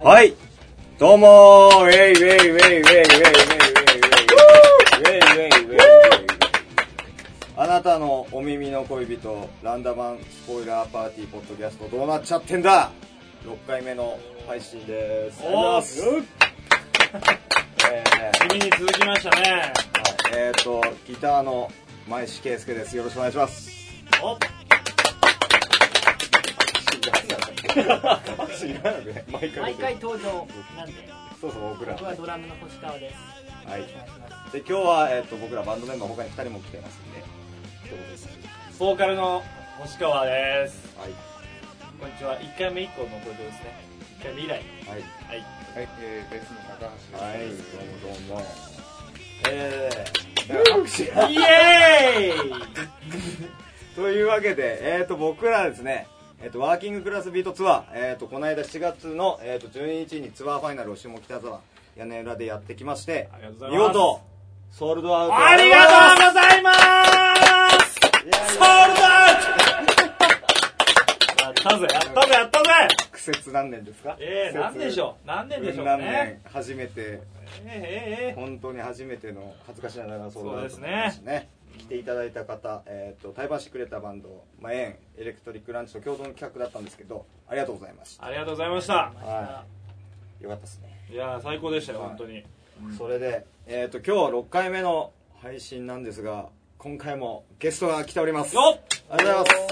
はい。どうもー、ウェイウェイウェイウェイウェイウェイウェイウェイウェイウェイウェイウェイウェイウェイウェイウェイウェイウェイウェイあなたのお耳の恋人、ランダマンスポイラーパーティーポッドキャストどうなっちゃってんだ ?6 回目の配信です。おありがとうございますーえ君に続きましたねーえーと、ギターの前石圭介です。よろしくお願いします。お違うな。違うね。毎回毎回登場なんでそうそう、僕ら。僕はドラムの星川ですはいお。願いしますで今日は、えっと僕らバンドメンバー他に2人も来てますんで一言ですボーカルの星川ですはいこんにちは1回目以降の登場ですね1回目以来はいはいはい、えー、ベースの高橋です。はいどうもどうもえー、拍手がイエーイというわけで、えー、と僕らですね、えー、とワーキングクラスビートツアー、えー、とこの間7月の、えー、と12日にツアーファイナルを下北沢屋根裏でやってきましてありがとうござい見ます事ソールドアウトありがとうございますいやいソやールドアウトやったぜやったぜやったぜ苦節何年ですかええ何でしょう何年でしょう何ね年初めてええええ本当に初めての恥ずかしながらそうですねすね来ていただいた方、えー、と対バンしてくれたバンド、まあ、エンエレクトリックランチと共同の企画だったんですけどありがとうございましたありがとうございましたはよかったですね、いやー最高でしたよはい本当にそれで、えー、と今日は6回目の配信なんですが今回もゲストが来ておりますよっありがとうございま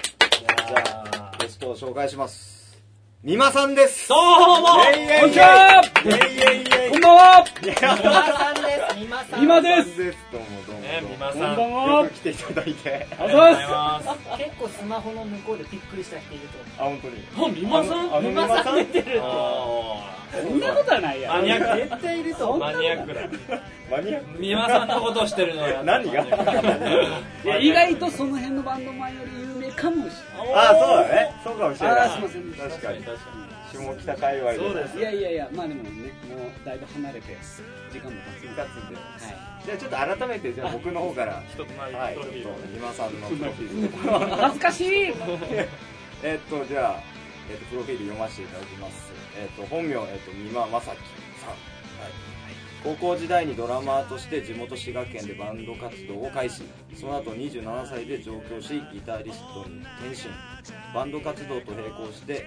すじゃああゲストを紹介します美馬さんですどうもイェイイェイイェイこんにちはイェイイェイイェイこんばんは三馬さんです三馬さん今で美馬すですどうもどうもねどうも美馬さんこんばんよはく来ていただいてあありがとうございまます結構スマホの向こうでびっくりした人いるとあ思本当にあ、美馬さんあの美馬さん出てるあすそんなことはないやマニアうッ絶対いるとク思マうニアックだマニアック美馬さんのことしてるのよ何がいや意外とその辺のバンドマンより有名かもしあそうだねそうかもしれれないなあーすいまいせんでした確かに確下北界隈でそうですいやいやいやまあでもねもうだいぶ離れて時間も経一つので括でじゃあちょっと改めてじゃあ僕の方から人となりはいちょプっロとフィール今さんのプロフィール恥ずかしいえっとじゃあえっとプロフィール読ませていただきますえっと本名えっと三馬正樹さんはい高校時代にドラマーとして地元滋賀県でバンド活動を開始その後27歳で上京しギタリストに転身バンド活動と並行して、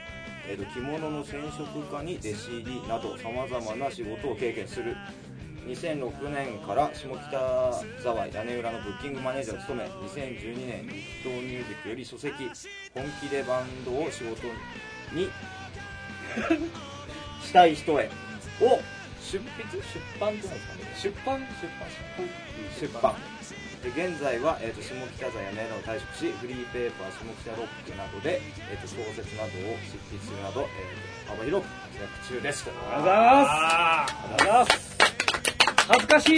えーと着物の染色家に弟子入りなどさまざまな仕事を経験する2006年から下北沢屋根裏のブッキングマネージャーを務め2012年日東ミュージックより書籍「本気でバンドを仕事 にしたい人へ」を出筆出版ってないですかね出版出版出版で現在は、えー、と下北沢やネロを退職しフリーペーパー下北ロックなどで、えー、と小説などを執筆するなど、えー、と幅広く活躍中ですありがあとうございますありがとうございます 恥ずかしい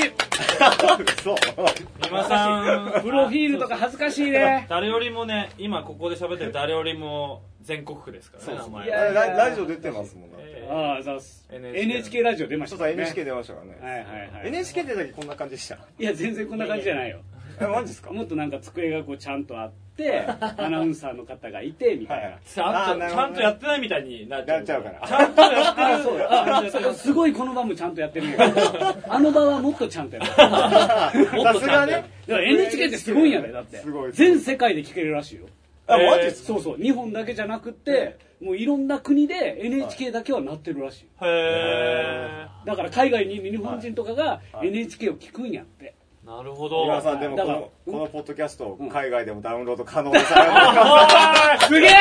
そうー美馬さんプロフィールとか恥ずかしいね誰よりもね今ここで喋ってる誰よりも全国区ですからね名前いは やララジオ出てますもんね、えーああざっす NHK NHK ラジオ出まちしょったとね NHK 出ましたからね、はいはいはい NHK 出た時こんな感じでしたいや全然こんな感じじゃないよえマジですかもっとなんか机がこうちゃんとあ ってアナウンサーの方がいてみたいはないちゃあーんなとるほちどゃねんとやってないみたいになっなっちゃうからちゃんとやってるあそうあそうすごいこの場もちゃんとやってるんやけどあの場はもっとちゃんとやってるさすがねだから NHK ってすごいんやでだってすごい全世界で聞けるらしいよあマジえでーすか、そうそう日本だけじゃなくてもういろんな国で NHK だけはなってるらしいへだから海外にいる日本人とかがはい NHK を聞くんやってえなるほど皆さんでもこだからのこのポッドキャストをん海外でもダウンロード可能でさ、すげえ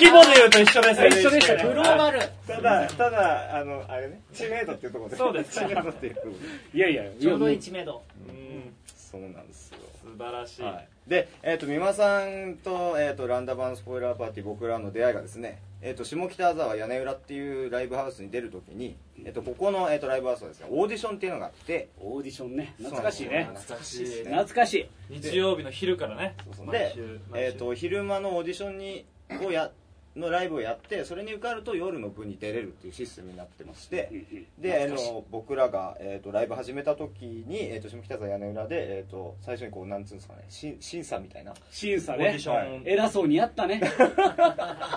規模で言うと一緒ですよ一緒でしたねグローバルただただあのあれね知名度っていうところでそうです知名度っていうところでいやいやちょうどいいい知名度うんそうなんですよ素晴らしいはい、で、えー、と美馬さんと,、えー、とランダバンスポイラーパーティー僕らの出会いがですね、えー、と下北沢屋根裏っていうライブハウスに出るときに、えー、とここの、えー、とライブハウスはですねオーディションっていうのがあってやオーディションね懐かしいね懐かしい懐かしい日曜日の昼からね毎で週、毎週えー、と昼間のオーディションにをやのライブをやってそれに受かると夜の部に出れるっていうシステムになってまして、であの僕らが、えー、とライブ始めた時に、えー、と下北沢屋根裏で、えー、と最初にこうなんつうんですかねし審査みたいな審査オーデねィション偉そうにやったね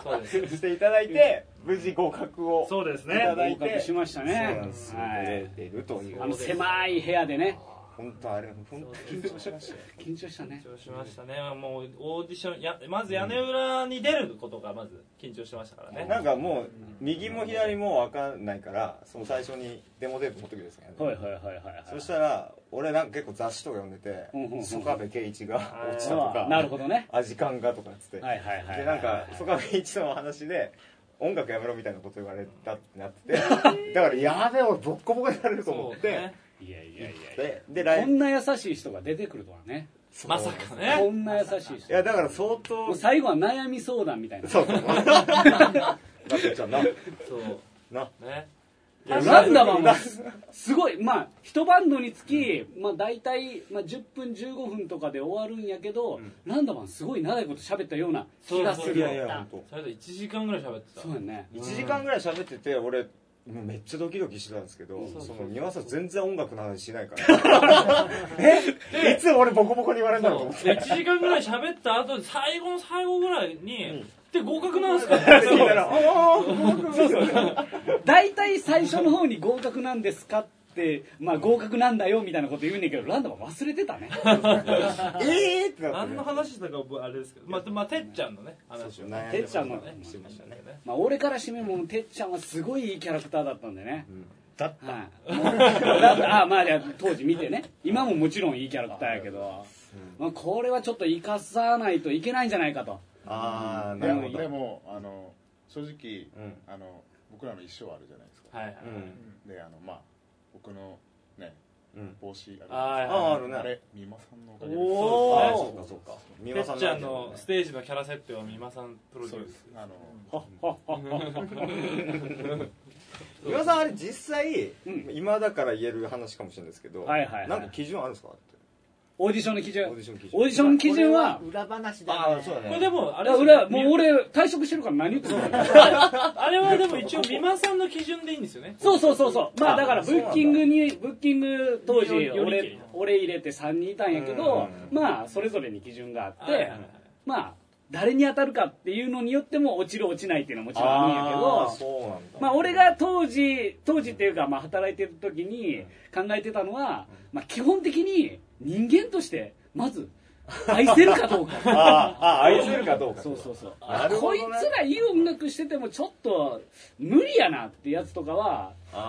そうでしていただいて無事合格をそうですいたねだい合て格しましたそうねなんですよはい出れてるというあの狭い部屋でね本当あれ本当緊張しましたよ緊張したね緊張しましたねもうオーディションやまず屋根裏に出ることがまず緊張してましたからねなんかもう右も左も分かんないからその最初にデモテープ持ってくるんですね、はいはいはいはいそしたら俺なんか結構雑誌とか読んでてうんうんうんうん曽我部圭一があー落ちたとあかあなるほどねアジカンがとかっつって、はいはいはいでなんか曽我部一との話で音楽やめろみたいなこと言われたってなっててだ からやべえ俺ボッコボコにされると思って、そうねいやいやいやいででやライこブんな優しい人が出てくるとはねそうまさかこねんな優しいいやだ人から相も当う最後は悩み相談みたいなそうそう だってじゃあなそうなねいやランダマンもすすごいまあ一バンドにつき、まあ、大体、まあ、10分15分とかで終わるんやけど、ランダマンすごい長いこと喋ったような気がすそうるいいややいいやや本それと1時間ぐらい喋ってたそうやね当1時間ぐらい喋ってて俺もうめっちゃドキドキしてたんですけど、そうそそうの庭さん全然音楽の話しないから えいつ俺ボコボコに言われるんだろうと思ってそうで1時間ぐらい喋った後で最後の最後ぐらいに、で合格なん ですか聞いたらおー合格ですよね大体最初の方に合格なんですかって、まあ、合格なんだよみたいなこと言うねんけどランダマン忘れ てたねええってなって何ねの話したかあれですけどまあ、まあ、てっちゃんのね話をねてっちゃんのしてましたねまあ俺からしてみればもうてっちゃんはすごいいいキャラクターだったんでね、だっはい、もうだってあまあいや当時見てね今ももちろんいいキャラクターやけど、まあ、これはちょっと生かさないといけないんじゃないかとああでなるほもどでもあの正直、うんあの僕らの一生あるじゃないですか、はいはい、であのまあ僕のねうん帽子あるじゃないですかあーああるねあれ美馬さんのおかげですああおそおうかそうか三て輪っさんちゃんのねステージのキャラ設定は美馬さんプロデそうュでーすスあ の三輪さんあれ実際うん今だから言える話かもしれないですけどはいはいはいなんか基準あるんですかってオーディションの基準オーディション基準オーディションの基準は裏話だ、ね、ああそうだねこれでもああれれ俺はもう俺退職してるから何言ってんのあれはでも一応美馬さんの基準でいいんですよねそうそうそうそうまあだかあらブそうなんだッキングにブッキング当時よりより俺俺入れて3人いたんやけどうんまあそれぞれに基準があっはいはいてはいまあ誰に当たるかっていうのによっても落ちる落ちないっていうのはもちろんあるんやけあーどそうなんだまあ俺が当時当時っていうかまあ働いてる時に考えてたのはまあ基本的に人間としてまず愛せるかどうかあ あああ愛せるかどうかそうそうそう、なるほどこいねつらいい音楽しててもちょっと無理やなってやつとかはうんあ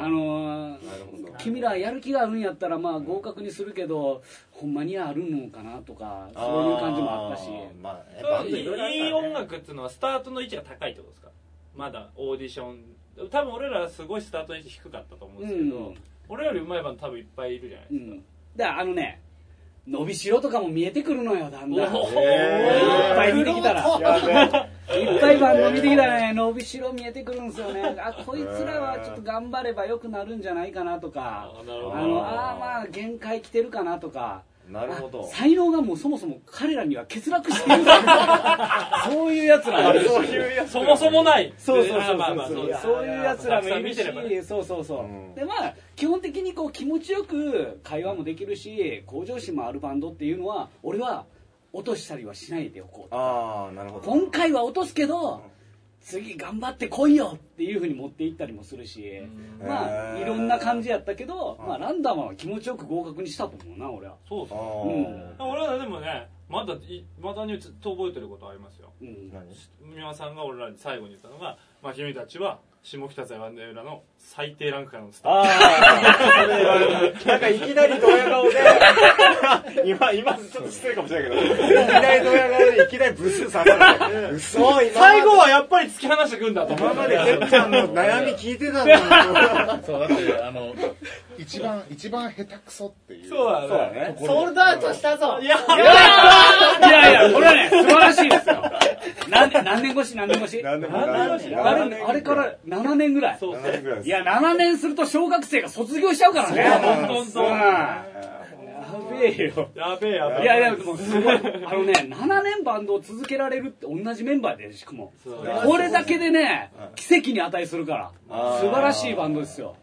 ああのーなるほど君らやる気があるんやったらまあ合格にするけどほんまにあるのかなとかそういう感じもあったしーまあねそれバはンいドろろあるからねいいい音楽っていうのはスタートの位置が高いってことですかまだオーディション多分俺らすごいスタートの位置低かったと思うんですけど、うん俺より上手いバンド多分いっぱいいるじゃないでうすか、んだからあのね伸びしろとかも見えてくるのよだんだんおいほほえっぱい見てきたらやべえいっぱいバンド見てきたらね伸びしろ見えてくるんですよねあこいつらはちょっと頑張ればよくなるんじゃないかなとかあなるほどあのあーまあ限界来てるかなとかなるほど才能がもうそもそも彼らには欠落している そういうやつらもいるしそういうやつそもそもないそうそうそうあそう、まあまあそうですそういうやつらもいるたくさん見てしそうそうそう、うんでまあ基本的にこう気持ちよく会話もできるし向上心もあるバンドっていうのは俺は落としたりはしないでおこうああなるほど今回は落とすけど次頑張ってこいよっていうふうに持っていったりもするしうんまあへーいろんな感じやったけど、うんまあ、ランダムは気持ちよく合格にしたと思うな俺は、そうあそううんあ俺らでもねまだいまだにずっと覚えてることありますようん、何美輪さんが俺らに最後に言ったのが「まあ、君たちは下北沢の裏の最低ランクからのスターああ、それ言われるなんかいきなりドヤ顔で、今、今ちょっと失礼かもしれないけど、いきなりドヤ顔でいきなりブス下がる。嘘、今まで。最後はやっぱり突き放してくんだと思今うまでてっちゃんの悩み聞いてたんだよ。そうだってあの一番一番下手くそっていうそうだねね。ソールドアウトしたぞいやいやいやこれはね素晴らしいですよ何何年越し何年越し何でもあれあれから7年ぐらいそう7年ぐらいです。いや7年すると小学生が卒業しちゃうからねそうなんですようんやべえよやべえやべえいやいやでもすごいあのね7年バンドを続けられるって同じメンバーでしかもそうこれだけでね奇跡に値するからあー素晴らしいバンドですよ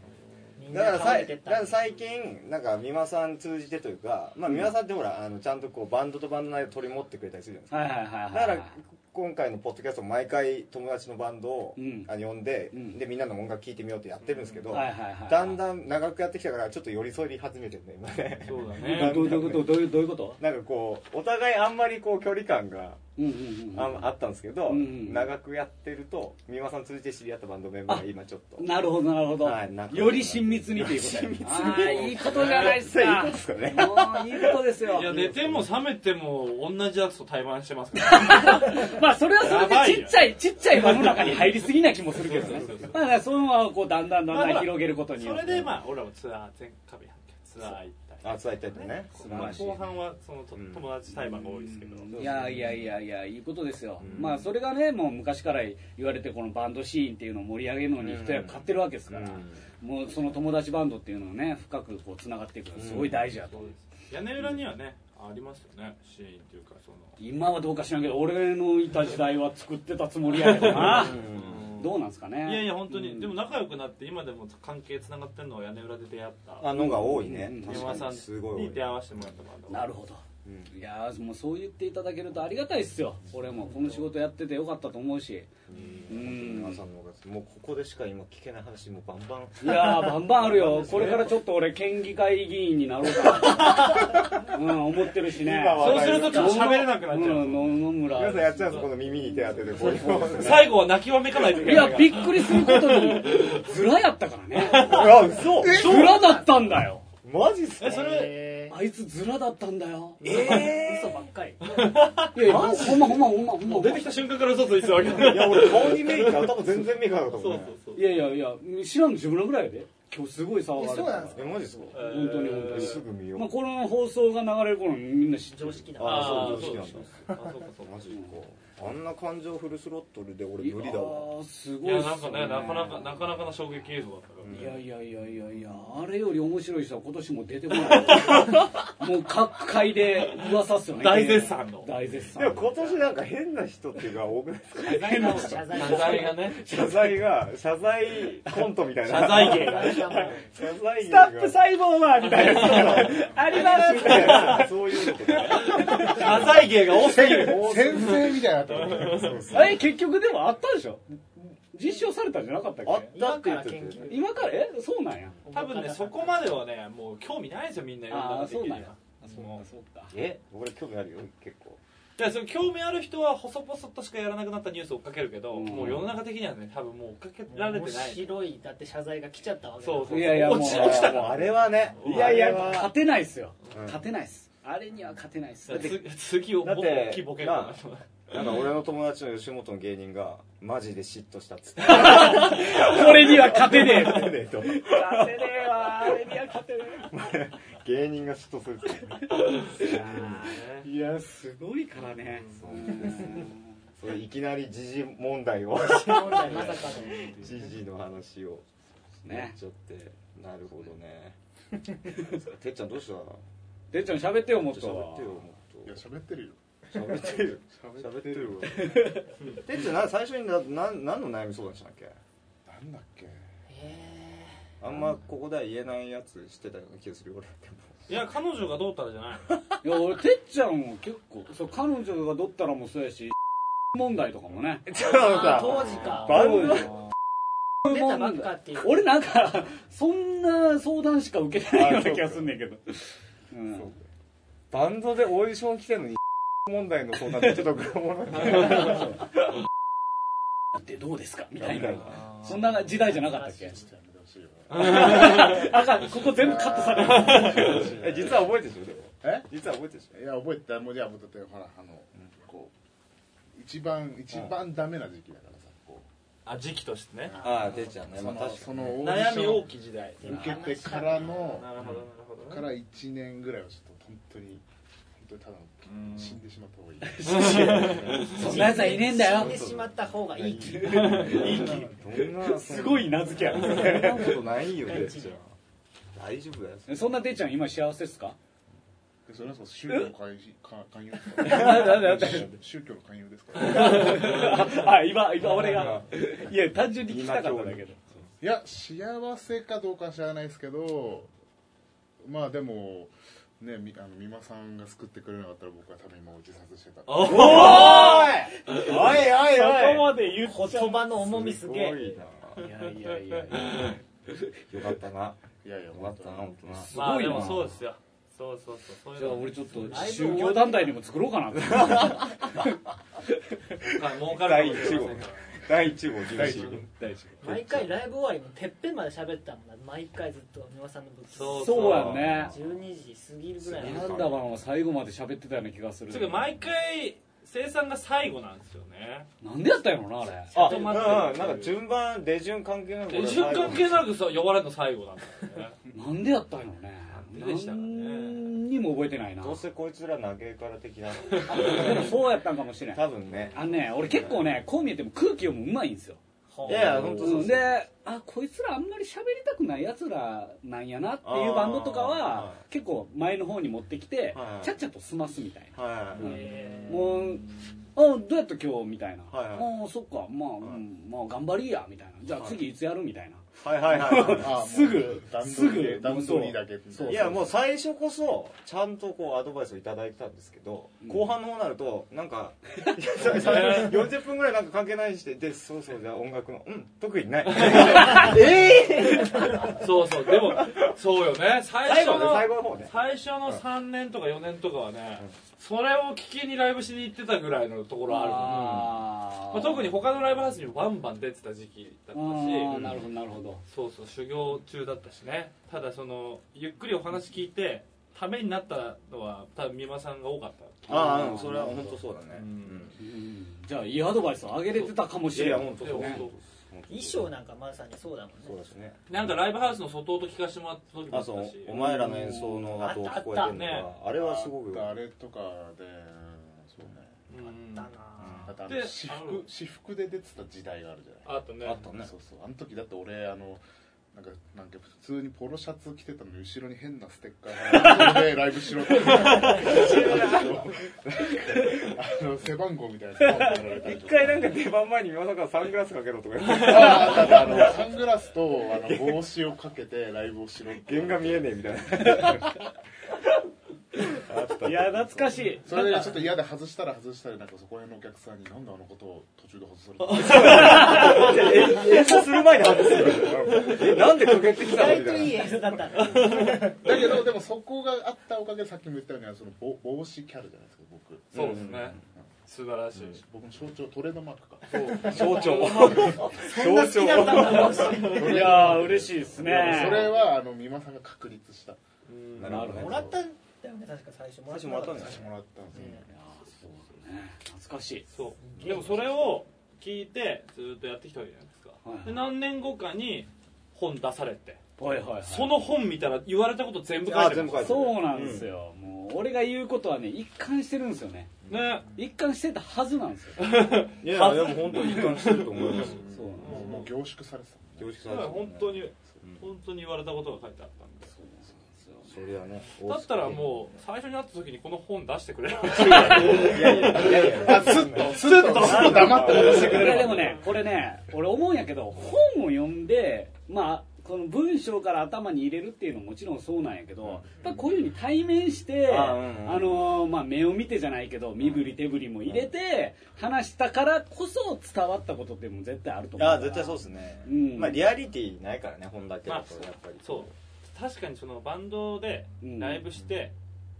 みんだからな倒さいれてっだからた最近なんか美馬さん通じてというかまあ美馬さんってほらあのちゃんとこうバンドとバンドの間取り持ってくれたりするじゃないですかはいはいはいはいだから今回のポッドキャストも毎回友達のバンドを、うんあの呼んで、うんでみんなの音楽聴いてみようってやってるんですけど、はいはいはいだんだん長くやってきたからちょっと寄り添い始めてるね今ねそうだえねどうどういうことどういうどういうことなんかこうお互いあんまりこう距離感がうんうんうんああったんですけど、うんうん長くやってると三輪さん通じて知り合ったバンドメンバーが今ちょっとなるほどなるほど、はい仲良くなってより親密にということや親密にああいいことじゃないですかいいことですかねもういいことですよいや寝ても覚めても同じやつと対バンしてます からねまあそれはやばそれいよでちっちゃいちっちゃい輪の中に 入りすぎな気もするけどねそうそうそうまあだからそういうのはこうだんだんだんまあまだんあ広げることにそよってれでまあ俺らもツアー全カビツアー行ったあ伝えたいとねり、まあ、後半はそのとうん友達対バンが多いですけど、そういやいやいやいやいいことですよ、うんまあそれがねもう昔から言われてこのバンドシーンっていうのを盛り上げるのに一役買ってるわけですから、もうその友達バンドっていうのをね深くこうつながっていくのはすごい大事だと、そうです屋根裏にはねありますよねシーンというかその今はどうか知らんけど俺のいた時代は作ってたつもりやけどなどうなんですかねいやいや本当に、うんでも仲良くなって今でも関係つながってるのは屋根裏で出会ったあのが多いねう山ん確田かさにすごんいに多い出会わせてもらったバンドなるほどうんいやーもうそう言っていただけるとありがたいっすよ俺もこの仕事やっててよかったと思うしうん皆さんの方がもうここでしか今聞けない話もうバンバンいやーバンバンあるよこれからちょっと俺県議会議員になろうかなうん思ってるしね今はそうするとちょっと喋れなくなっちゃう、ん野々村皆さんやっちゃうんですこの耳に手当てて こういうの最後は泣きわめかないといいけなやいからびっくりすることにズラやったからねあ嘘ズラだったんだよマジっすかえ それえあいつズラだったんだよいえ嘘ばっかりやいやほんまほんまほんまほんまもう出てきた瞬間から嘘ついてたわけーいや俺顔に目いって頭全然目いかなかったそもんうねそうそういやいやいや知らんの自分らぐらいやで今日すごい騒がれてそうなんですえマジっすかえー本当に本当にすぐ見ようまあ、この放送が流れる頃にみんな知ってる常識なああーあそそうう常だ識なんだあそうかそうマかジかあんな感情フルスロットルで俺無理だわいやーすいごいやっすなんかねなかなかなかなかの衝撃映像だったから、いやいやいやいやいやあれより面白い人は今年も出て こないもう各界で噂っすよね大絶賛の大絶賛でも今年なんか変な 人っていうか多くないですか謝罪だ謝罪謝罪がね謝罪が謝罪コントみたいな謝罪芸が罪だもん謝罪芸スがタップ細胞はみたいなありますいやいやそういうのとか謝罪芸が多すぎるー先生みたいなとこあれ結局でもあったでしょ実証されたんじゃなかったっあっけたって言っ今からてて研究今からえそうなんや多分ねそこまではねもう興味ないですよみんな読んだああのー的そうになんはやあそうかそうかえ俺興味あるよ結構いやその興味ある人は細々としかやらなくなったニュースを追っかけるけど、うんもう世の中的にはね多分もう追っかけられて面ない白いだって謝罪が来ちゃったわけだそうそういやいやもう落ち落ちたかもうらあれはねうんいやいやあれは勝てないっすようん勝てないっすあれには勝てないっすだってつ次をだボって大きいボケるかなんか俺の友達の吉本の芸人がマジで嫉妬したっつってこれには勝て ねえ勝てねえわあれには勝てね芸人が嫉妬するっつってえいやすごいからねそれいきなり時事問題 を問題まさかの時事の話をやっねちゃって、なるほどねてっちゃんどうしたちょてっちゃん喋ってよもっっと喋ってよといや喋ってるよもっと喋ってる喋ってるわてっちゃんな最初になな何の悩み相談したんだっけなんだっけえあんまここでは言えないやつしてたような気がするよ俺いや彼女がどうたらじゃないいや俺てっちゃんも結構そう彼女がどったらもそうやし問題とかもねちょっーあー当時かバン出たばっかっていう俺なんかそんな相談しか受けてないような気がすんねんけどうんそうバンドでオーディション来てんのに問題の相談ってちょっとおもろいなってどうですかみたいなみたいそんな時代じゃなかったっけちょっとやめてほしいよあかんここ全部カットされる え実は覚えてるでしょでもえ実は覚えてるでしいや覚えてたもうじゃあもうだってほらあのこう一番一番ダメな時期だからさこあ時期としてねうょ ああてっちゃんねそまのあ確かそにのオーディ悩シみョン大をきい時代受けてからのなるほどなるほど、ね、から1年ぐらいはちょっと本当に本当にただのうん死んでしまった方がいいそんなやつはいねえんだ死よんでしまった方がいいど気んなすごい名付けやそん なことないよてっちゃん大丈夫だよそんなてっちゃん今幸せですかでそれはそう宗教の勧誘か勧誘ですか なんだなんだ宗教の勧誘ですから あ今今俺がいや単純に聞きたかったんだけどいや幸せかどうかは知らないですけどまあでもねみあの美馬さんが救ってくれなかったら僕は多分今自殺してたおおおいおいおいおいまで言っ言葉の重みすげえいないやいやいやいやよかったな。いやいやよかったな、本当な。すまあごいでなもそうですよそうそうそうそうじゃあいう俺ちょっと宗教団体にも作ろうかなってのはい儲かるかもしれませんか第1号、第1号。大丈毎回ライブ終わりもてっぺんまで喋ってたもんな毎回ずっと美輪さんの武器そう夫そうやんね12時過ぎるぐらいまでなんだばんは最後まで喋ってたような気がするらちょっと毎回生産が最後なんですよねなんでやったんやろなあれあ、ちょうっん、とな待っんてか順番、出順関係なく手順関係なくさ呼ばれるの最後なんだよねなんでやったんやろねなんででしたかね何にも覚えてないなどうせこいつら投げから的 な。でも そうやったんかもしれん多分ね。あのね俺結構ねこう見えても空気読むうまいんですよ。いやいや、はあ本当そううんであこいつらあんまり喋りたくないやつらなんやなっていうバンドとかあーはは結構前の方に持ってきてはいちゃっちゃと済ますみたいなはい。えーもう「あどうやった今日」みたいな「はいはいああそっかまあ、うんまあ頑張りや」みたいな「じゃあ次いつやる?」みたいなはいはいはあもうすぐ段す取りぐで段取りだけそうい。いや、もう最初こそ、ちゃんとこうアドバイスをいただいてたんですけど、後半の方になると、なん か、40分ぐらいなんか関係ないして、で、そうそう、じゃあ音楽の、うん、特に ない。そうそうでもそうよね最最後初ね、の最後の方ね。最初の3年とか4年とかはね、それを聞きにライブしに行ってたぐらいのところあるあまあ、特に他のライブハウスにバンバン出てた時期だったし、ああなるほどなるほどそうそう修行中だったしねただそのゆっくりお話聞いてためになったのは多分美馬さんが多かったああ、うん、それは本当そうだね。うんうんじゃあいいアドバイスをあげれてたかもいしやいや、れない本当そう。ね本当衣装なんかまさにそうだもそうんねですね。なんかライブハウスの外音聞かせてもらった時もああ、ったそうし、お前らの演奏の後聞こえてるのあったあっが、あれはすごくよあれとかでそうねうんだなだってあでの私あの服私服で出てた時代があるじゃないあったねあったねそうそうあの時だって俺あのなんかなんか普通にポロシャツ着てたのに後ろに変なステッカーが貼られてライブしろってあの背番号みたいなの貼られたり一と回なんか出番前に今からサングラスかけろとか言われてあだってあのサングラスとあの帽子をかけてライブをしろって弦が見えねえみたいなあったいや懐かしいそれでちょっと嫌で外したら外したりなんかそこら辺のお客さんになんであのことを途中で外されたの演奏する前に外すよえなんでかけてき意たのみ外たといいいな演奏だったんだだけどでもそこがあったおかげでさっきも言ったようにその帽帽子キャラじゃないですか僕そうですね、素晴らしい、僕の象徴トレードマークか象徴そんな好きだったんだいやー嬉しいですいやそれねはあの美馬さんが確立したなるほどねもらったんだよね確か最初もら私もらったんじゃないもらったんですよね懐かしいそうでもそれを聞いてずっとやってきたわけじゃないですか、はいで何年後かに本出されてはいはいはいその本見たら言われたこと全部書いあて全ま部す書いてるそうなんですよ、もう俺が言うことはね一貫してるんですよねね一貫してたはずなんですよいやでも本当に一貫してると思いますそうなんもうもう凝縮されてた凝縮されてるね本当に本当に言われたことが書いてあったんでですよそれはねだったらもう最初に会った時にこの本出してくれるういやいやいやいやあすっとすっと黙って戻してくいれやるでもねこれね俺思うんやけど本を読んでまあこの文章から頭に入れるっていうのももちろんそうなんやけど、やっぱこういうふうに対面して、ああうんうんのーまあ、目を見てじゃないけど身振り手振りも入れて、話したからこそ伝わったことってもう絶対あると思うあ絶対そううですねうんまあリアリティないからね本だけだとやっぱり そう確かにそのバンドでうんライブして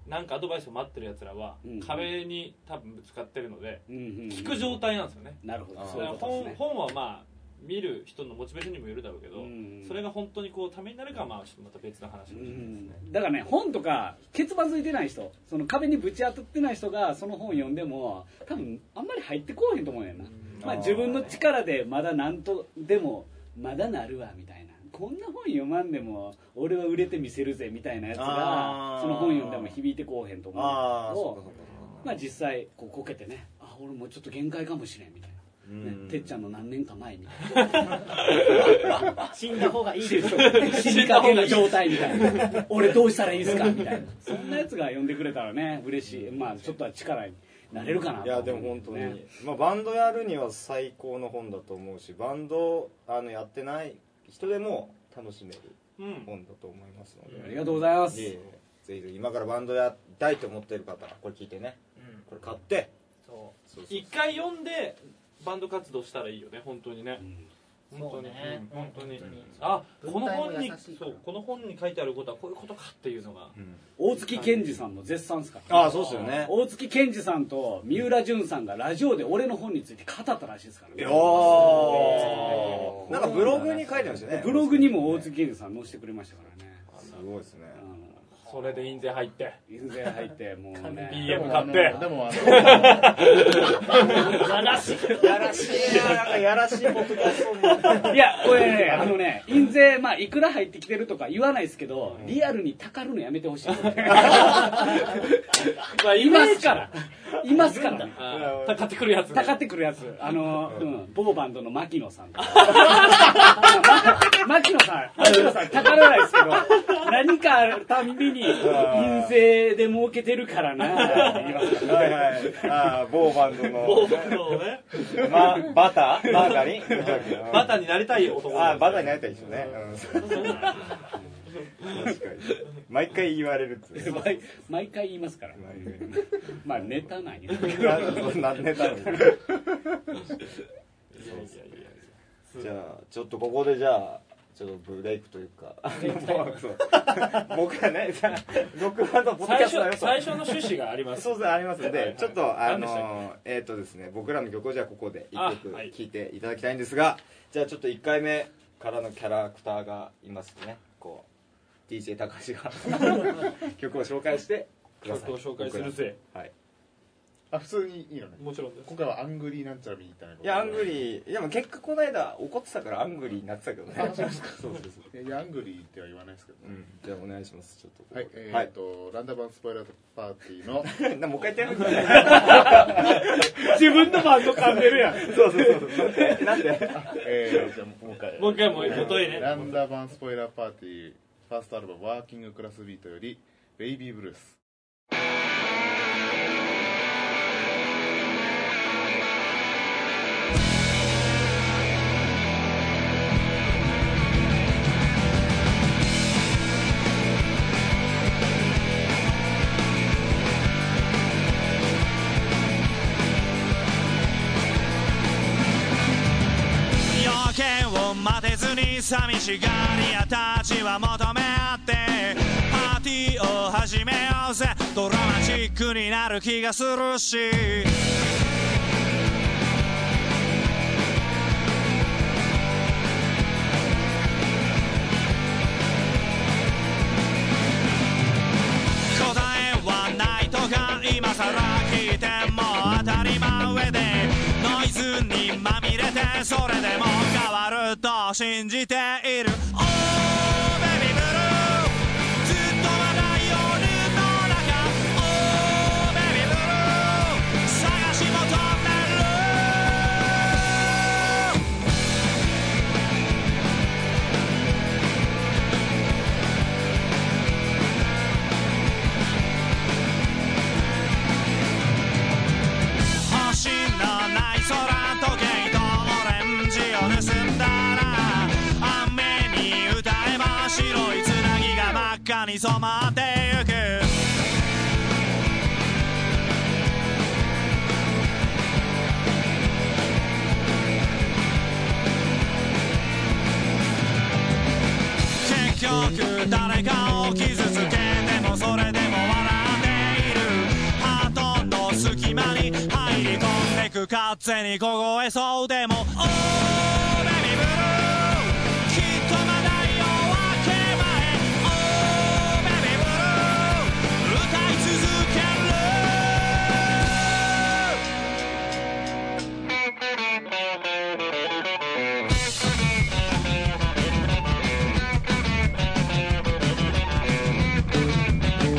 なんかアドバイスを待ってる奴らはうん壁に多分ぶつかってるのでうんうん聞く状態なんですよねなるほどあーそうだいからうことです本ね本はまあ見る人のモチベーションにもよるだろうけどうんそれが本当にこうためになるかはまあちょっとまた別の話かもしうれないですんねだからね本とか結ばついてない人その壁にぶち当たってない人がその本読んでも多分あんまり入ってこうへんと思うねんな、まあ、自分の力でまだなんとでもまだなるわみたいなこんな本読まんでも俺は売れてみせるぜみたいなやつあがーその本読んでも響いてこうへんと思うんあだあけそうどかそうかまあ実際こうこけてねあ俺もうちょっと限界かもしれんみたいな。ね、てっちゃんの何年か前に死んだ方がいい です死にかけの状態みたいな 俺どうしたらいいですかみたいなそんなやつが呼んでくれたらね嬉しいまあちょっとは力になれるかないいやでも本当に、まあ、バンドやるには最高の本だと思うしバンドあのやってない人でも楽しめるうん本だと思いますので、ありがとうございますいえいえぜひぜひ今からバンドやりたいと思ってる方これ聞いてねうんこれ買ってそそうそう一回読んでバンド活動したらいいよね本当にねう本当にそうねうん本当に本当にあこの文体も本に優しいからそうこの本に書いてあることはこういうことかっていうのがうん大月健二さんも絶賛ですからああそうっすよね大月健二さんと三浦淳さんがラジオで俺の本について語ったらしいですからねおーなんかブログに書いてますよねブログにも大月健二さん載せてくれましたからねすごいですねうそれで印税入ってん印税入ってもうね PM 買ってでもあのやらしいななんかやらしいポッドキャストもいやこれねあのね印税まあいくら入ってきてるとか言わないですけどリアルにたかるのやめてほしいまあいますからいますからあー買ってくるやつたかってくるやつあの、うん、某バンドの牧野さんと か牧野さん牧野さんたからないですけど何かあるたんびに印税で儲けてるからなって言いますからはいはいああ某バンドのそう ねまバターバーガリンうんバターになりたい男ああバターになりたいですよねうん確かに毎回言われるっつう毎毎回言いますから毎回まあネタなんや何年だろいやいやいやじゃあちょっとここでじゃあちょっとブレイクというか そう僕らねさロックバンドポッドキャ最ストだよ初最初の趣旨がありますそうですねありますので、はいはいちょっとあ何でしたのえっ、とですね僕らの曲をじゃあここで1曲あはい聴いていただきたいんですが、じゃあちょっと1回目からのキャラクターがいますねこう DJ 高橋が 曲を紹介してください曲を紹介するぜはいあ普通にいいのねもちろんです今回はアングリーなんちゃらみたいないやアングーリーいやもう結果この間怒ってたからアングリーになってたけどねあそうそうそうそういやいやアングリーっては言わないですけどねうんじゃあお願いしますちょっとここはい、えでーっと、ランダムスポイラーパーティーの、なもう一回言ってやる自分のバンド噛んでるやんそうそうそうそうなんでなんでえー、じゃあもう一回もう一回もう元へねランダムスポイラーパーティー、ファーストアルバム、ワーキングクラスビートより、ベイビーブルース。夜明けを待てずに寂しがり屋たちは求め合ってパーティーを始めようぜドラマチックになる気がするし答えはないとか今さら聞いても当たり前でノイズにまみれてそれでも変わると信じている Oh baby blue ずっとまだ夜の中 Oh baby blue 探し求める星のない空時計とオレンジを盗んだら雨に歌えば白いつなぎが真っ赤に染まってゆく結局誰かを傷つけてもそれでも笑っているハートの隙間に入り込んでく勝手に凍えそうでも Oh baby blue きっとまだ夜明け前 Oh baby blue 歌い続ける「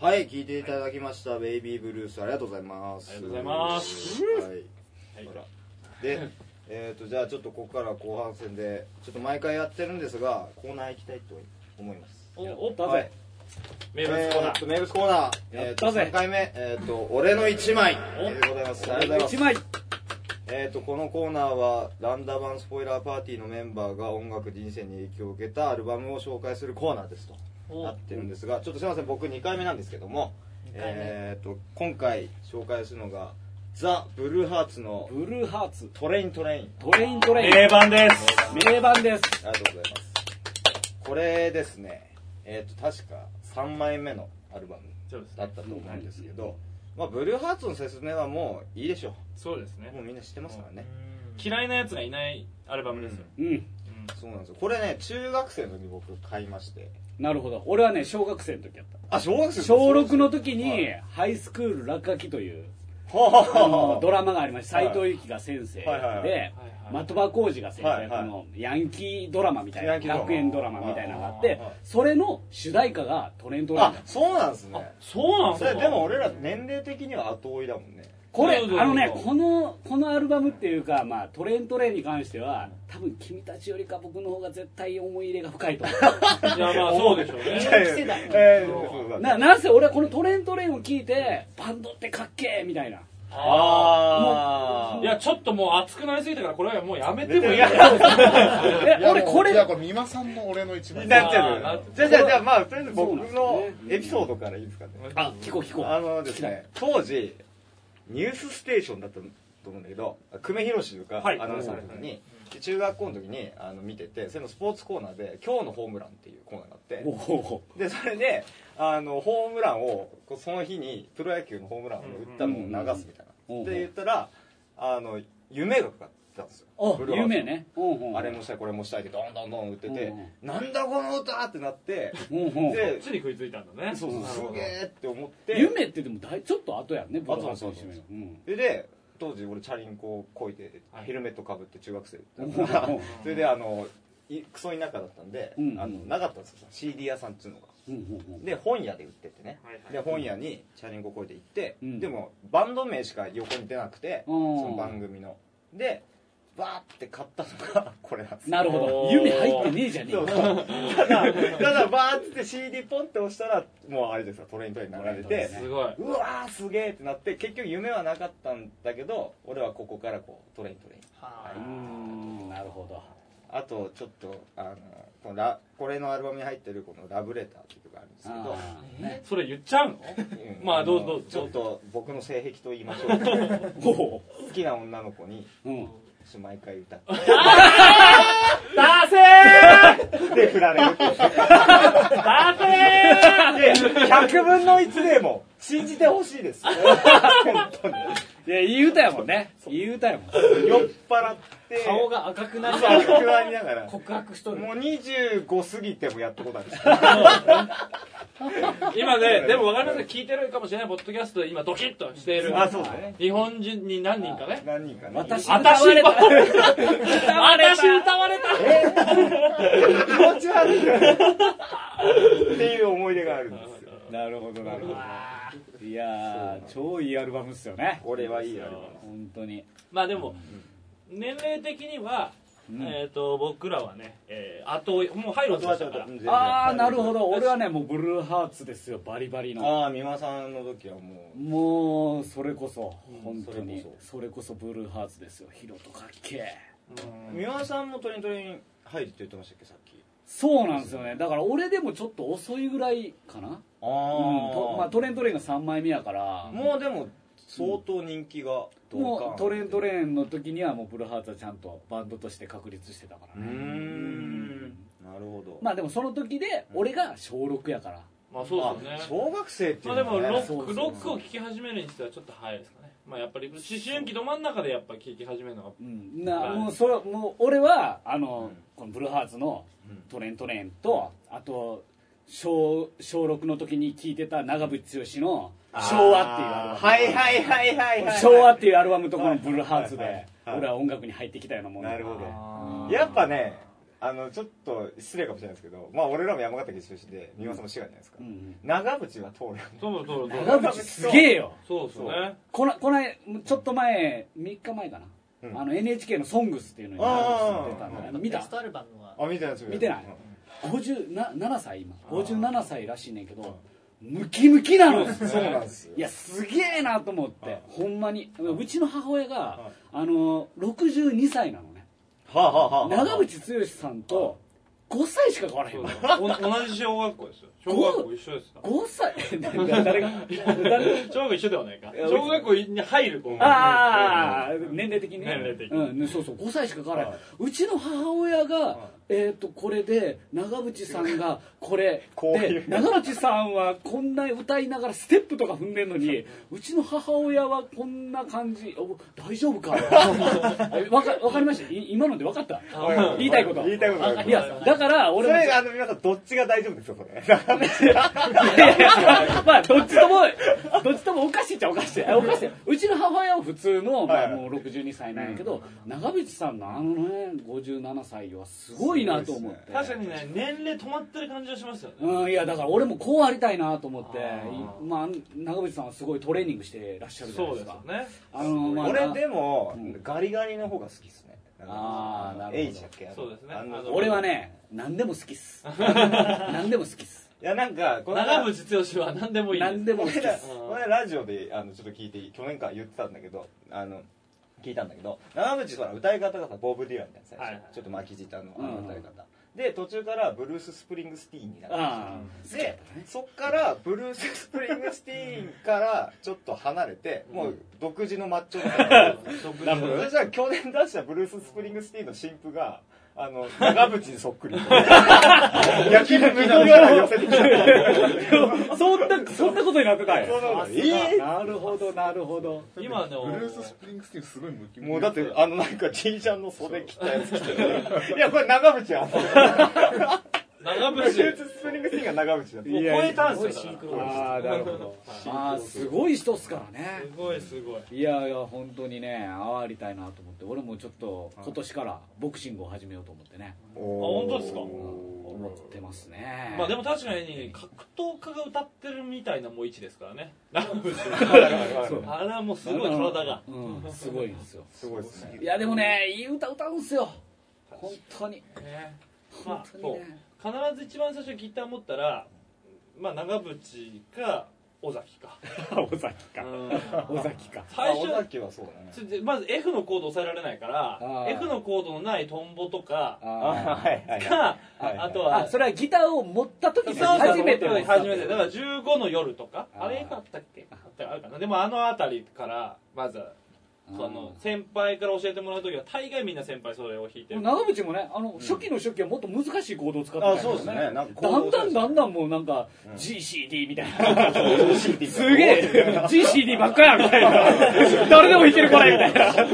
はい聞いていただきました「ベイビーブルース」ありがとうございますありがとうございますはいはいほら でえー、とじゃあちょっとここから後半戦でちょっと毎回やってるんですがコーナー行きたいと思いますおおおったぜ、はい名物コーナえーとー名物コーナーやえーっとたぜ3回目えっ、と俺の一枚でございますありがとうござい一ます枚えー、とこのコーナーはランダバンスポイラーパーティーのメンバーが音楽人生に影響を受けたアルバムを紹介するコーナーですとおなってるんですがちょっとすいません僕2回目なんですけども、二回目えー、と今回紹介するのがザ・ブルーハーツのブルーハーツ「トレイントレイン」トレイントレイン名盤です名盤ですありがとうございますこれですねえっ、と確か3枚目のアルバムそうですだっねたと思うんですけど、まあ、ブルーハーツの説明はもういいでしょそうですうもうねみんな知ってますからね、嫌いなやつがいないアルバムですようんうんそうなんですよこれね中学生の時僕買いましてなるほど俺はね小学生の 時やっあ小学生た小6の時はにいハイスクール落書きというはあはああはのあドラマがありましてはい斎藤由貴が先生はいはいはいではいはい的場浩二が先はい生はいのヤンキードラマみたいヤなンキードラマ学園ドラマみたいなのがあってはいそれの主題歌がトレントレインあそうなんですねそうなそんすかれでも俺ら年齢的には後追いだもんねこれそうそうそうあのねこのこのアルバムっていうか、まあ、トレントレインに関しては多分君たちよりか僕の方が絶対思い入れが深いと思いやまあそうでしょうねいや世代えーそうだねうななんせ俺はこのトレントレインを聞いてバンドってかっけえみ たいなあいーやちょっともう熱くなりすぎたからこれはもうやめてもいいよえいや俺もうこれいやこれ美馬さんの俺の一枚なっちあーゃなうっじゃあじゃあじゃあまあとりあえず僕そうのなんですエピソードからいいですかねあ聞こう聞こうあのですね当時ニュースステーションだったと思うんだけど久米宏とかはいアナウンサーの時に、で中学校の時にあの見ててそれのスポーツコーナーで「今日のホームラン」っていうコーナーがあっておおでそれであのホームランをこうその日にプロ野球のホームランを打ったのを流すみたいうんうんなで言ったらあの夢がかかったんですよおブルーハーツ夢ねうんうんあれもしたいこれもしたいってどんどんどん打っててうんなんだこの歌ってなってうんうんこっでちに食いついたんだねそうなるすほどげえって思って夢ってでもだいちょっと後やんねブルーハーツの後なん夢でのうんそれで当時俺チャリンコをこいではいヘルメットかぶって中学生だったからうんそれであのいクソ田舎だったんで、うんあのなかったんですよ CD 屋さんっつうのがうんうんうんで本屋で売っててね、はいはいで本屋にチャリンコこいで行って、うんでもバンド名しか横に出なくて、うんその番組のでバーって買ったのがこれなんですよなるほおどー夢入ってねえじゃねえそうかただただバーって CD ポンって押したらもうあれですよトレイントレイン流れトレインてトレインすごいうわーすげえってなって結局夢はなかったんだけど俺はここからこうトレイントレインうーんなるほどあとちょっとあのこのラこれのアルバムに入ってるこの「ラブレター」っていう曲があるんですけどあーねそれ言っちゃうのうんまあどうのどうちょっと僕の性癖と言いましょうかおお好きな女の子にうん毎回歌って「出せー!」で振られるっていう出せーで100分の1でも信じてほしいです本当にいや、いい歌やもんね。いい歌やもん。酔っ払って顔が赤くなりながら赤くなりながらも告白しとうる25過ぎてもやったことある今ねでも分かりません聞いてるかもしれないポッドキャストで今ドキッとしているあそうだね日本人に何人かね何人かね私、あ歌われ た私私歌われた気持ち悪いよねっていう思い出があるんですよなるほど、なるほど。いやー、超いいアルバムっすよね。俺はいいアルバム本当に。まあでも年齢的にはうんえっと僕らはねえー後追いもう入ろうとしたからあー、なるほど。俺はね、もうブルーハーツですよ、バリバリの。ああ美馬さんの時はもうもう、それこそ、本当にそれこ、それこそブルーハーツですよ。ヒロとかっけー。美馬さんもトレントレイン入るって言ってましたっけさっきそうなんですよね。だから俺でもちょっと遅いぐらいかな。あうんとまあ、トレントレインが3枚目やから。もうでも相当人気がもうトレントインレーンの時にはもうブルーハーツはちゃんとバンドとして確立してたかうらーねんなるほどまあでもその時で俺が小6やからまあそうですよねあ小学生っていまうあでのもはねロそうッそクうそうロックを聴き始めるにしてはちょっと早いですかねまあやっぱり思春期ど真ん中でやっぱ聴き始めるのがうんなはいもうそれもう俺はあの、うんこのブルーハーツのうんトレントレーンとあと小小6の時に聴いてた長渕剛の「昭和」っていうアルバムはいはいはいはいはい昭和っていうアルバムとこのブルーハーツはいはいではい俺は音楽に入ってきたようなもんだなるほどあーやっぱねあのちょっと失礼かもしれないですけどまあ俺らも山形県出身で三輪さんも滋賀じゃないですか、うんうん長渕は通るそうそうそう長渕すげえよそうですねこのこのちょっと前3日前かな、うんあの NHK の「ソングスっていうのにあ長あ渕出たんだけどベ見たストアルバムはあ見てないです見てないうん57歳今あー57歳らしいねんけどムキムキなのそうなんですよいやすげえなと思ってほんまにうちの母親があの62歳なのねはあ、はあはあ、長渕剛さんと5歳しか変わらへんそうわですお同 じ小学校ですよ小学校一緒ですか5歳誰が誰が小学校一緒ではないか小学校に入る子ああ年齢的にね年齢的にうん、そうそう5歳しか変わらなはいうんうちの母親がえっ、とこれで長渕さんがこれこういでう長渕さんはこんな歌いながらステップとか踏んでんのにうちの母親はこんな感じお大丈 夫かえわかわかりましたい今のでわかったは言いたいこと言いたいことあるいやだからそ俺もれあの皆さんどっちが大丈夫ですよそれ まあどっちともどっちともおかしいっちゃおかしいあおかしいうちの母親は普通の、まあ、はいもう62歳なんやけど、長渕さんのあのね57歳はすごいなと思って、確かにね年齢止まってる感じがしますよねうん、いやだから俺もこうありたいなと思ってあーまあ、長渕さんはすごいトレーニングしてらっしゃるじゃないそうでですすかよねあのまあ俺でも、うんガリガリの方が好きですねあーなるほどエイジだっけあのそうですねあのあの俺はね何でも好きっす何でも好きっすいやなんかこの間長渕剛は何でもいいです何でも好きっ俺らすこの間ラジオであのちょっと聞いていい去年から言ってたんだけどあの聞いたんだけど長渕ほら歌い方がさボブ・ディランみたいな最初、はいはいちょっと巻き舌のあうのん歌い方、で途中からブルース・スプリングスティーンになったああでそっからブルース・スプリングスティーンからちょっと離れて、もう独自のマッチョな なるほどそしたら去年出したブルース・スプリングスティーンの新譜があ の長渕にそっくり焼き肉のような寄せてき たそんなそんなことになってたんやそうなんだえーなるほどなるほど今のブルース・スプリングスティーンすごいムキムキもうだって、あのなんか T シャンの袖切ったやつ着てる。いや、これ長渕やん。長ブルー渕ス・スプリングスティーンが長渕だって。もう超えたんすごでいすシよンだクかロああなるほどああすごい人っすかららねすごいすごいいやいや本当にね会わりたいなと思って俺もちょっと今年からボクシングを始めようと思ってねおーあ本当ですか思ってますねまあでも確かに格闘家が歌ってるみたいなもう位置ですからねはいはいはいあれはもうすごい体がうんすごいんですよすごいですね。いやでもねいい歌歌うんすよ本当にね本当にね必ず一番最初ギター持ったらまあ長渕か尾崎か尾崎かうん尾崎か最あ尾初崎はそうだね。つまず F のコード抑えられないかあらー F のコードのないトンボとかああはいはいはい。かはい あとーあはそれはギターを持った時そうにそう初めての初めてだから15の夜とかあーあれあったっけあったあるかなでもあの辺りからまずその先輩から教えてもらう時は大概みんな先輩それを弾いてる長渕もねあの初期の初期はもっと難しいコードを使ってたあ、けどそうですね。なんかだんだんだんだん。んもうなんかうん GCD みたいな、すげえ GCD ばっかやみたい な誰でも弾けるこれみたいな あ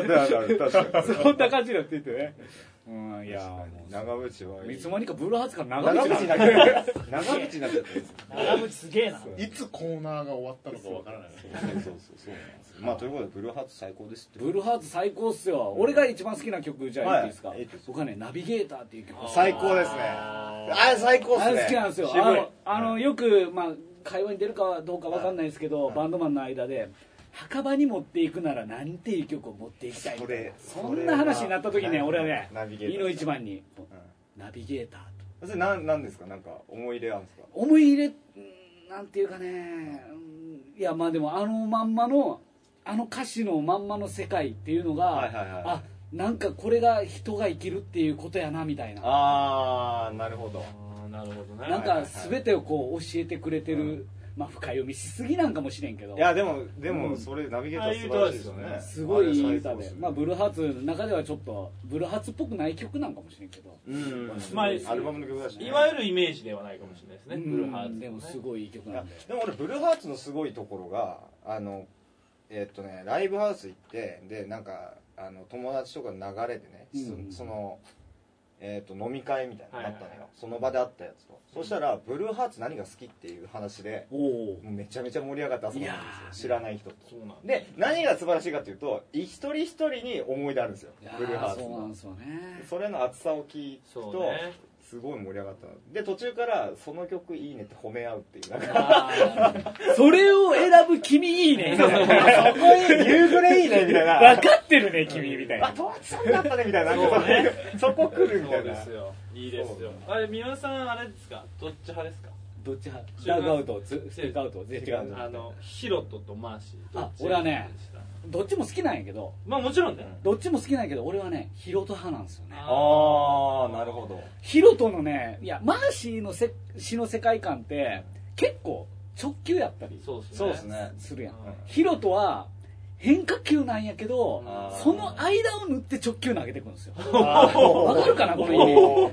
るあるある確かにそんな感じになっててねうんいやも長渕はういつもまにかブルーハーツから長長渕渕にななっちゃってる。長渕になっちゃってる。長渕すげえなそういつコーナーが終わったのかわからないそうそうそうなんですよ。まあ、ということで、ブルーハーツ最高ですって。ブルーハーツ最高っすよ俺が一番好きな曲じゃあいいですか、はいいいです僕はね「ナビゲーター」っていう曲最高ですね。あ、最高ですあね。れ好きなんですよ渋いあのあのよく、まあ、会話に出るかどうかわかんないですけど、バンドマンの間で墓場に持っていくならなんていう曲を持っていきたいそれそんな話になった時にそれねは俺はねナビゲーター胃の一番に、うナビゲーターとそれなんなんですかなんか思い入れあるんですか思い入れうんなんていうかねうんいやまあでもあのまんまのあの歌詞のまんまの世界っていうのが、はいはいはいあなんかこれが人が生きるっていうことやなみたいなあーなるほどあーなるほどねなんはいかはいはい全てをこう教えてくれてる、うんまあ深読みしすぎなんかもしれんけどいやでもでもうんそれナビゲーター素晴らしいですよねすごいいい歌あれ最高、ですまあ、ブルーハーツの中ではちょっとブルーハーツっぽくない曲なんかもしれんけど、うんまあアルバムの曲だしねいわゆるイメージではないかもしれないですね、うんブルーハーツ、ね、でもすごいいい曲いなやんででも俺ブルーハーツのすごいところがあのえっとねライブハウス行ってでなんかあの友達とかの流れでね、うんそそのえー、と飲み会みたいなのがあったのよ、はいはいはいその場であったやつと、そしたらブルーハーツ何が好きっていう話でおおもうめちゃめちゃ盛り上がって遊んでるんいやーですよ知らない人とそうなんで何が素晴らしいかっていうと一人一人に思い出あるんですよブルーハーツそうなんのですよねそれの熱さを聞くそうとねすごい盛り上がったので途中からその曲いいねって褒め合うっていうなんかそれを選ぶ君いい ねそこに夕暮れいいねみたいな分かってるね君みたいあ、なトワチさんだったねみたいな。なんかそ,、そこ来るみたそういなで。すよいいですよあれ三輪さんあれですかどっち派ですかどっち派ダグアウトツスティックアウト全然違うあのヒロトとマーシーあ俺はねどっちも好きなんやけどまあもちろんねどっちも好きなんやけど俺はねヒロト派なんですよねあー、なるほど。ヒロトのねいやマーシーのせ詩の世界観って結構直球やったりそうですねそうですね。するやんうんヒロトは変化球なんやけどあーその間を縫って直球投げてくんですよわわかるかな この意味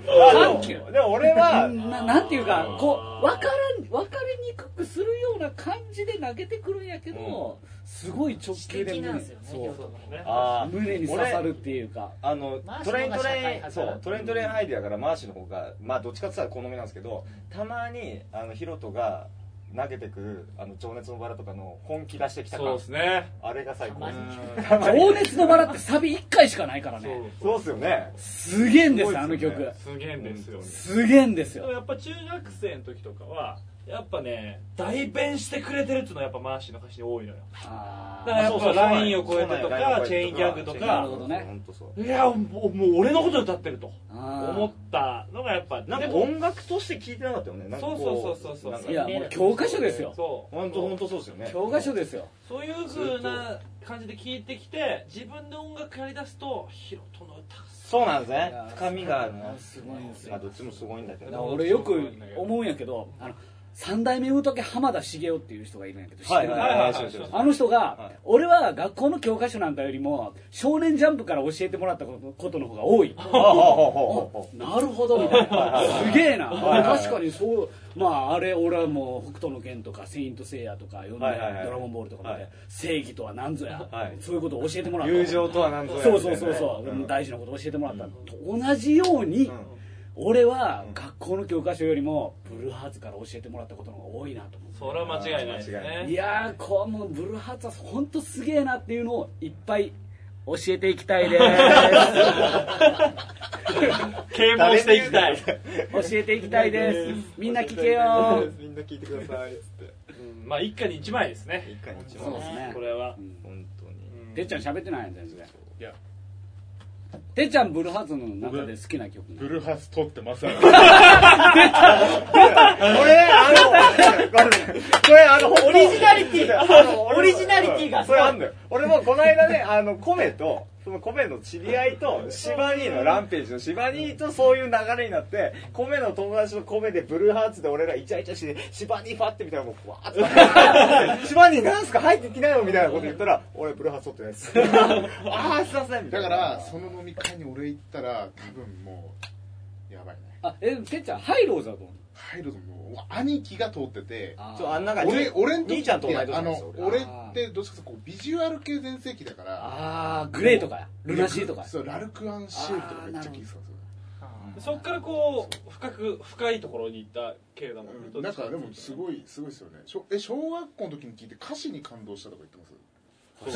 緩急でも俺は、ななんていうかこう分からん分かりにくくするような感じで投げてくるんやけど、すごい直球で的なん胸ですよねそう京都のねあー胸に刺さるっていうかあのマーシトーのレイント方が社レ会イ派ンだそうトレイントレインハイデだからマーシーの方がまあどっちかって言ったら好みなんですけどたまにあのヒロトが投げてくるあの情熱のバラとかの本気出してきたそう感ですねあれが最高たまですにたまに情熱のバラってサビ1回しかないからそねうそうっすよねすげえんですすあごのいですよ曲ねすげえんですよすげえんですでもよやっぱ中学生の時とかはやっぱね代弁してくれてるっていうのはやっぱマーシーの歌詞に多いのよあだからーやっぱラインを越えてとかチェーンギャグとなかるほどね本当そういやもうもう俺のこと歌ってるとあ思ったのがやっぱなんかでも音楽として聴いてなかったよねなんかこそうそうそうそうそうなんかーいやもう教科書ですよそう本当本当そうですよね教科書ですよそういうふうな感じで聞いてきて自分で音楽やりだすとヒロトの歌がそうなんですねいや深みがあるねすごいんですまあよどっちもすごいんだけだからど俺よく思うんやけどあの三代目仏浜田茂雄っていう人がいるんやけど知ってるはいはいはいあの人はがい、俺は学校の教科書なんかよりも、少年ジャンプから教えてもらったことことの方が多い。ああああああなるほど、みたいな。すげえな。はいはいはい確かにそう、まあ、あれ、俺はもう、北斗の拳とか、セイントセイヤとか、読んで、ドはいはいはいラゴンボールとか見はてい、正義とは何ぞやはい。そういうことを教えてもらあった。友情とは何ぞやそうそうそうそみう。たい大事なことを教えてもらった。と同じようになね、俺は学校の教科書よりも、ブルーハーツから教えてもらったことの方が多いなと思う。それは間違いないです間違いないねやーこうもうブルーハーツは本当すげえなっていうのをいっぱい教えていきたいです 啓蒙していきたい教えていきたいですみんな聞けよみんな聞いてくださいっつってうんまあ一家に一枚ですね一回に一そうです番ねこれは本当にてっちゃん喋ってないやん全然いやてっちゃんブルーハーツの中で好きな曲ブルーハース撮ってますよこれ あのこれこれあのオリジナリティあのオリジナリティがそれあんだよ俺もこの間ねあの米とその米の知り合いとシバニーのランページのシバニーとそういう流れになって米の友達と米でブルーハーツで俺らイチャイチャしてシバニーファってみたいなもうわーってシバニーなんすか入ってきなよみたいなこと言ったら俺ブルーハーツ撮ってないっすああすいませんみただいなからその飲み会に俺行ったら多分もうやばいねあえてっちゃんハイローズだと思う入るともう兄貴が通っててそうあん中に俺俺ん時っ兄ちてゃんと同い年なあんですのよ俺ってどっちかというとこうビジュアル系全盛期だからあーグレーとかやルナシーとかそうラルクアンシールとかめっちゃ聞いてたんですよそっからこう深く深いところに行ったけれどもうんなんかでもすごいすごいですよねしょえ小学校の時に聞いて歌詞に感動したとか言ってます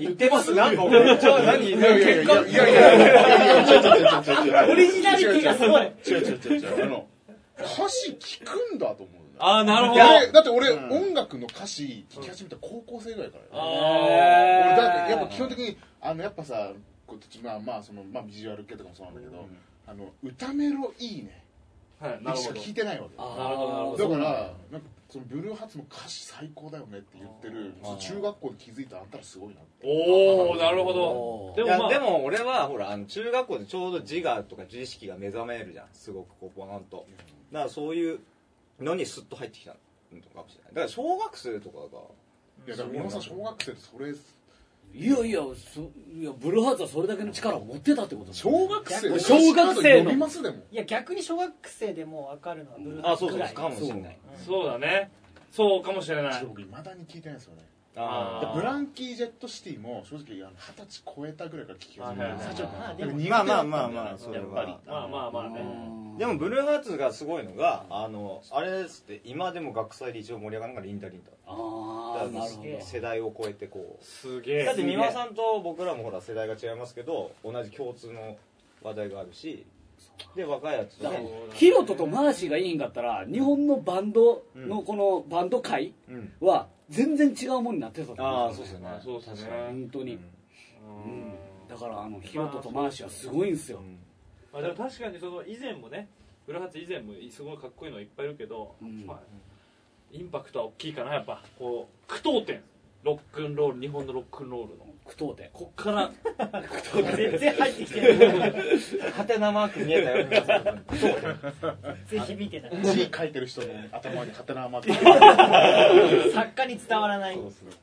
言ってますなんか俺めっちゃ何いやいやいやいやいやいやいやいやオリジナリティがすごい違う違う違う違うあの歌詞聞くんだと思うよねああなるほいどや俺だって俺、音楽の歌詞聞き始めた高校生ぐらいからよ、あー俺だってやっぱ基本的にあのやっぱさこっちまあまあその、まあ、ビジュアル系とかもそうなんだけど、あの歌メロいいねはいなるしほかど聞いてないわけあーなるほどなるほだどからなんかそのブルーハーツの歌詞最高だよねって言ってるその中学校で気づいたあんたらすごいなっておおなるほどおーでいもやまあでも俺はほらあの中学校でちょうど自我とか自意識が目覚めるじゃんすごくこうボーンとだからそういうのにスッと入ってきたのかもしれないだから小学生とかがいやだから皆さん小学生でそれいやいやそいやブルーハーツはそれだけの力を持ってたってこと小学生で小学生の読みますでもいや逆に小学生でも分かるのはブルーハあーツそうぐそうらいかもしれないそうだねそうかもしれない僕いまだに聞いてないんですよねあでブランキー・ジェット・シティも正直あの二十歳超えたぐらいから聞き始めはいはいたはい最初まあなんでかも苦手まあまだあったんまあじゃまなあまあそれはまあまあいですかやっぱりまあねでもブルーハーツがすごいのがあのあれですって今でも学祭で一応盛り上がるのがリンダリンダああなるほど世代を超えてこうすげえだって三輪さんと僕らもほら世代が違いますけど同じ共通の話題があるしで若いやつとどだかねらヒロトとマーシーがいいんかったら日本のバンドのこのバンド界うんは全然違うもんになってたとああ思うんそうでですすよよねまあそうですね確かに本当に、ううんんだからあのヒロトとマーシーはすごいんですよ、まあ、でも確かにその以前もねブルーハーツ以前もすごいかっこいいのがいっぱいいるけど、うんまあ、インパクトは大きいかなやっぱこう句読点ロックンロール日本のロックンロールの句読点こっから全然入ってきてないハテナマーク見えたよ皆さん全然響いてない字書いてる人の頭にハテナマーク作家に伝わらない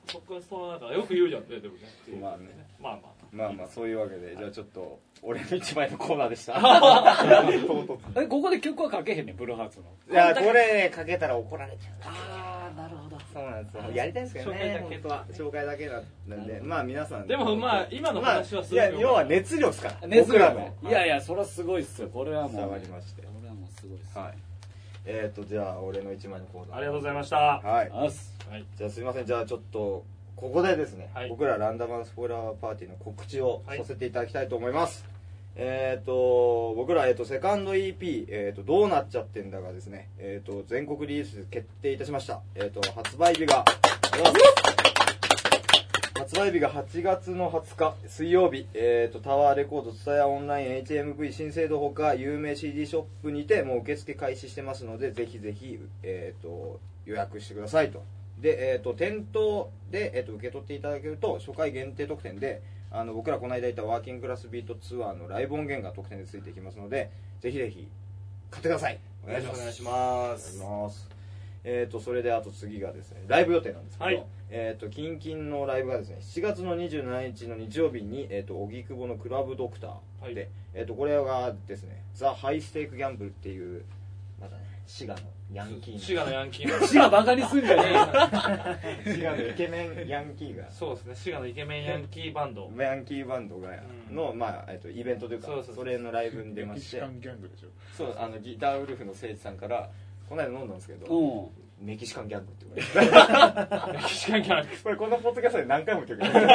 そっから伝わらないからよく言うじゃんねでもねまあねまあままあまあそういうわけでじゃあちょっと俺の一枚のコーナーでした唐突えここで曲はかけへんねんブルーハーツのいやこれねかけたら怒られちゃうああなるほどそうなんですよやりたいんですけど紹介だねけ本当は紹介だけなんでまあ皆さんあでもまあ今のまあ話はすいごいや要は熱量ですから熱僕ら量のいやいやそれはすごいっすよこれはもう伝わりましてこれはもうすごいっすはいえっとじゃあ俺の一枚のコーナーありがとうございましたはいあっすはいじゃあすいませんじゃあちょっとここでですね、はい僕らランダムスポイラーパーティーの告知をはいさせていただきたいと思います、えっ、と僕ら、えー、とセカンド EP、えーと「どうなっちゃってんだ」がですね、えー、と全国リリース決定いたしました、えー、と発売日が発売日が8月の20日水曜日、えー、とタワーレコード蔦屋オンライン HMV 新制度ほか有名 CD ショップにてもう受付開始してますのでぜひぜひ、えー、と予約してくださいとで、えー、と店頭で、えー、と受け取っていただけると初回限定特典であの僕らこの間いたワーキングクラスビートツアーのライブ音源が特典でついてきますのでぜひぜひ買ってくださいお願いしますお願いしますえー、とそれであと次がですねライブ予定なんですけど、はいえー、とキンキンのライブがですね7月の27日の日曜日に、えー、と荻窪のクラブドクターで、はいえー、とこれがですねザ・ハイステーク・ギャンブルっていうまたね滋賀のヤンキー滋賀のヤンキーの死がバカにすんじゃねえよ滋賀のイケメンヤンキーがそうですね滋賀のイケメンヤンキーバンドヤンキーバンドがうんの、まあえっと、イベントというかそうそうそうれのライブに出まメキしシてカンギャングでしょそうあのギターウルフの誠治さんからこの間飲んだんですけど、うん メキシカンギャングって言われてメキシカンキャラクこれこのポッドキャストで何回も 言ってるけどって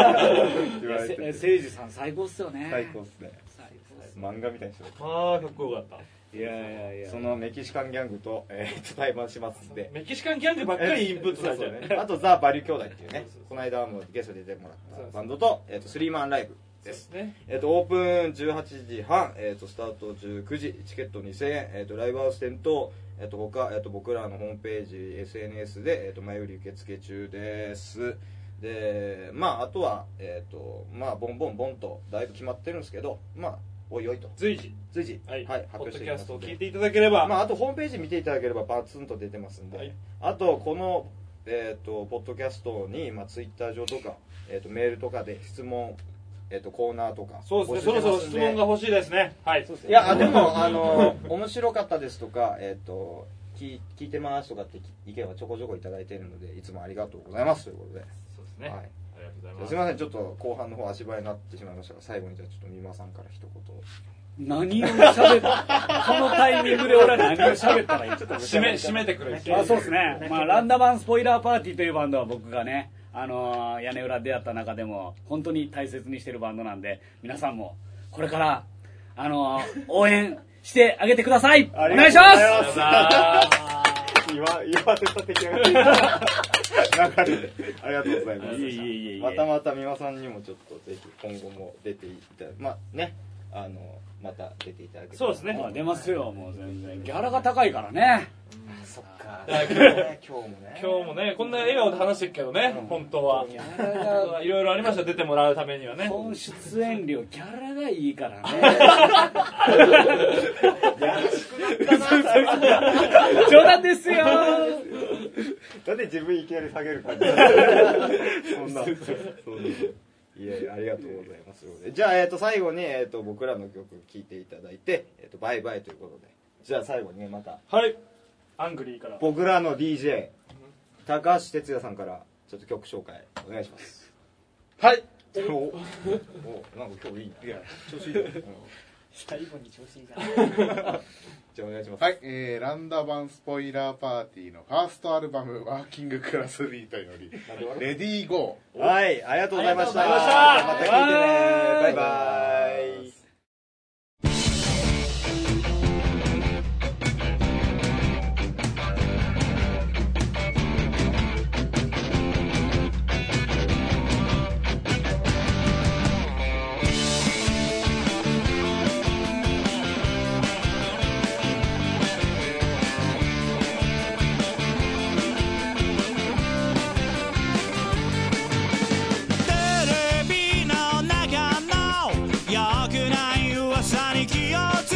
言われせててえせいじさん最高っすよね最高っすね最高っす漫画みたいにしてるターま あかっこよかっいやいやいやそのメキシカンギャングと、えー、 と対バンしますんた でメキシカンギャングばっかりインプットされちゃそううねそうねあとザ・バリュー兄弟っていうねそうそうそうこの間もゲストで出てもらそうっそうたバンドと,、えー、とスリーマンライブでですすねえっとオープン18時半、えっとスタート19時チケット2000円、えっとライブハウス店と,、えっと他、えっと僕らのホームページ SNS で、えっと前売り受付中ですでまああとは、えっとまあ、ボンボンボンとだいぶ決まってるんですけどまあおいおいと随時随時、はい、発ポッ表しドてキいきまャすストのをで聞いていただければ、まあ、あとホームページ見ていただければバツンと出てますんで、はいあとこの、えー、とポッドキャストに、まあ、ツイッター上とか、えー、とメールとかで質問、えー、とコーナーとかそうです募ねそ集ろしてますそろん質で問が欲しいですねはいそういやあでもあの面白かったですとか、えー、と聞い聞いてますとかって意見はちょこちょこいただいているのでいつもありがとうございますということで、ですね、はいありがとうございじゃあますすいませんちょっと後半の方足早になってしまいましたが最後にじゃあちょっと三馬さんから一言何を喋ったこのタイミングで俺は何を喋ったらいい締め締めてくれあそうですね、まあ、ランダマンスポイラーパーティーというバンドは僕がね、あのー屋根裏で出会った中でも本当に大切にしてるバンドなんで皆さんもこれから、あのー応援してあげてくださいおありがとうご願いしまざいますす言わ言わせた的な流れでありがとうございますいえいえいえいえまたまた三輪さんにもちょっとぜひ今後も出ていただまあねあのまた出ていただけたそらうですねまあ出ますよもう全然ギャラが高いからねそっか今日ね今日もね今日もねこんな笑顔で話してるけどね、本当はギ本ャラ当がはいろいろありました出てもらうためにはね本出演料ギャラがいいからね冗談ですよなんで自分いきなり下げる感じ そんなそういやいやありがとうございますじゃあ、えー、と最後に、えー、と僕らの曲聴いていただいて、えーと「バイバイ」ということでじゃあ最後にねまたはいアングリーから僕らの DJ 高橋哲也さんからちょっと曲紹介おお願いしますはいおおなんか今日いいいや調子いいようん最後に調子いいじゃんじゃあお願いしますはい、えー、ランダ版スポイラーパーティーのファーストアルバム「ワーキングクラスビート」より「レディーゴーはい、ありがとうございました。また聞いてね。バイバイ。テレビの中の良くない噂に気をつ